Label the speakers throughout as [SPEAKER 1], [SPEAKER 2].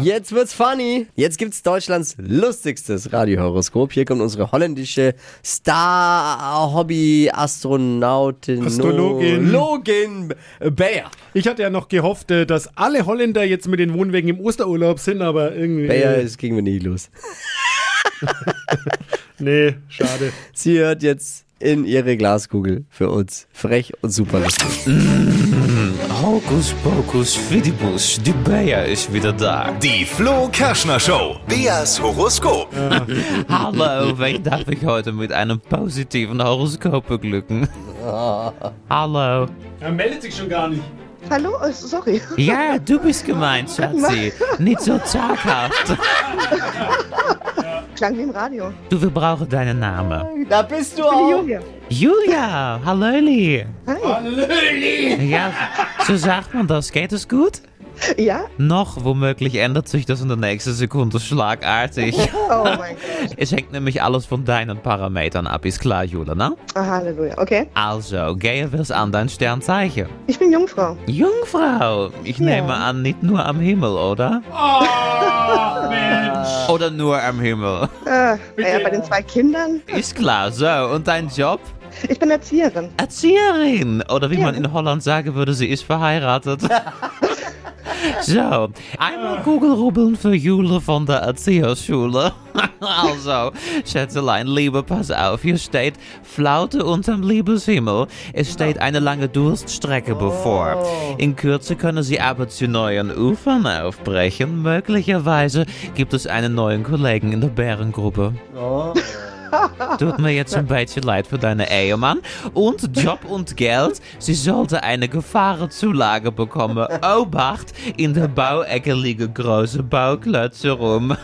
[SPEAKER 1] Jetzt wird's funny. Jetzt gibt's Deutschlands lustigstes Radiohoroskop. Hier kommt unsere holländische Star-Hobby-Astronautin.
[SPEAKER 2] Astrologin.
[SPEAKER 1] Login Bayer.
[SPEAKER 2] Ich hatte ja noch gehofft, äh, dass alle Holländer jetzt mit den Wohnwegen im Osterurlaub sind, aber irgendwie. äh,
[SPEAKER 1] Bayer, es ging mir nie los.
[SPEAKER 2] nee, schade.
[SPEAKER 1] Sie hört jetzt in ihre Glaskugel für uns. Frech und super lustig.
[SPEAKER 3] Hocus pocus fidibus, die Bayer ist wieder da.
[SPEAKER 4] Die Flo Kerschner Show. Beas Horoskop.
[SPEAKER 3] Hallo, wen darf ich heute mit einem positiven Horoskop beglücken? Hallo.
[SPEAKER 2] Er meldet sich schon gar nicht.
[SPEAKER 5] Hallo, äh, sorry.
[SPEAKER 3] Ja, du bist gemeint, Schatzi. Nicht so zaghaft.
[SPEAKER 5] Klang wie im Radio.
[SPEAKER 3] Du, wir brauchen deinen Namen.
[SPEAKER 1] Da bist du
[SPEAKER 5] Die
[SPEAKER 1] auch.
[SPEAKER 5] Julia.
[SPEAKER 3] Julia, hallöli.
[SPEAKER 5] Hi.
[SPEAKER 3] Ja, so sagt man das. Geht es gut?
[SPEAKER 5] Ja?
[SPEAKER 3] Noch womöglich ändert sich das in der nächsten Sekunde schlagartig.
[SPEAKER 5] Oh mein Gott.
[SPEAKER 3] Es hängt nämlich alles von deinen Parametern ab, ist klar, Jule, ne?
[SPEAKER 5] Ah, Halleluja. Okay.
[SPEAKER 3] Also, gehe wir's an dein Sternzeichen.
[SPEAKER 5] Ich bin Jungfrau.
[SPEAKER 3] Jungfrau, ich nehme an, nicht nur am Himmel, oder? Oder nur am Himmel.
[SPEAKER 5] Äh, naja, bei den zwei Kindern.
[SPEAKER 3] Ist klar, so. Und dein Job?
[SPEAKER 5] Ich bin Erzieherin.
[SPEAKER 3] Erzieherin. Oder wie man in Holland sagen würde, sie ist verheiratet. so, einmal Kugelrubbeln für Jule von der Erzieherschule. also, Schätzelein, Liebe, pass auf. Hier steht Flaute unterm Liebeshimmel. Es steht eine lange Durststrecke bevor. In Kürze können sie aber zu neuen Ufern aufbrechen. Möglicherweise gibt es einen neuen Kollegen in der Bärengruppe. Tut mir jetzt ein bisschen leid für deine Ehemann. Und Job und Geld. Sie sollte eine Gefahrenzulage bekommen. Obacht, in der Bauecke liegen große Bauklötze rum.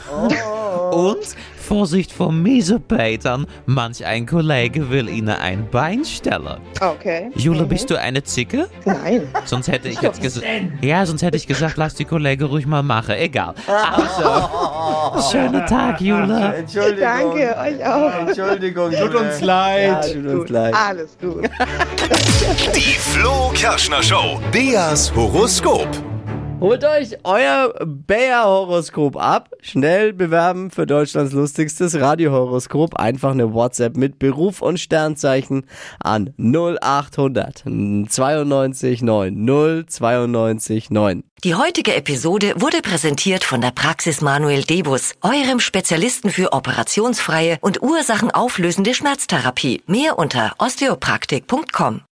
[SPEAKER 3] Und Vorsicht vor Miesepetern. Manch ein Kollege will ihnen ein Bein stellen.
[SPEAKER 5] Ah, Okay.
[SPEAKER 3] Jule, bist du eine Zicke?
[SPEAKER 5] Nein.
[SPEAKER 3] Sonst hätte ich jetzt gesagt. Ja, sonst hätte ich gesagt, lass die Kollege ruhig mal machen. Egal. Also, schönen Tag, Jule.
[SPEAKER 1] Entschuldigung.
[SPEAKER 5] Danke, euch auch.
[SPEAKER 1] Entschuldigung.
[SPEAKER 2] Tut uns leid.
[SPEAKER 1] Ja, tut uns leid.
[SPEAKER 5] Alles gut.
[SPEAKER 4] Die Flo Kerschner Show. Beas Horoskop.
[SPEAKER 1] Holt euch euer Bayer-Horoskop ab. Schnell bewerben für Deutschlands lustigstes Radiohoroskop. Einfach eine WhatsApp mit Beruf und Sternzeichen an 0800 92 9 092 9.
[SPEAKER 6] Die heutige Episode wurde präsentiert von der Praxis Manuel Debus, eurem Spezialisten für operationsfreie und ursachenauflösende Schmerztherapie. Mehr unter osteopraktik.com.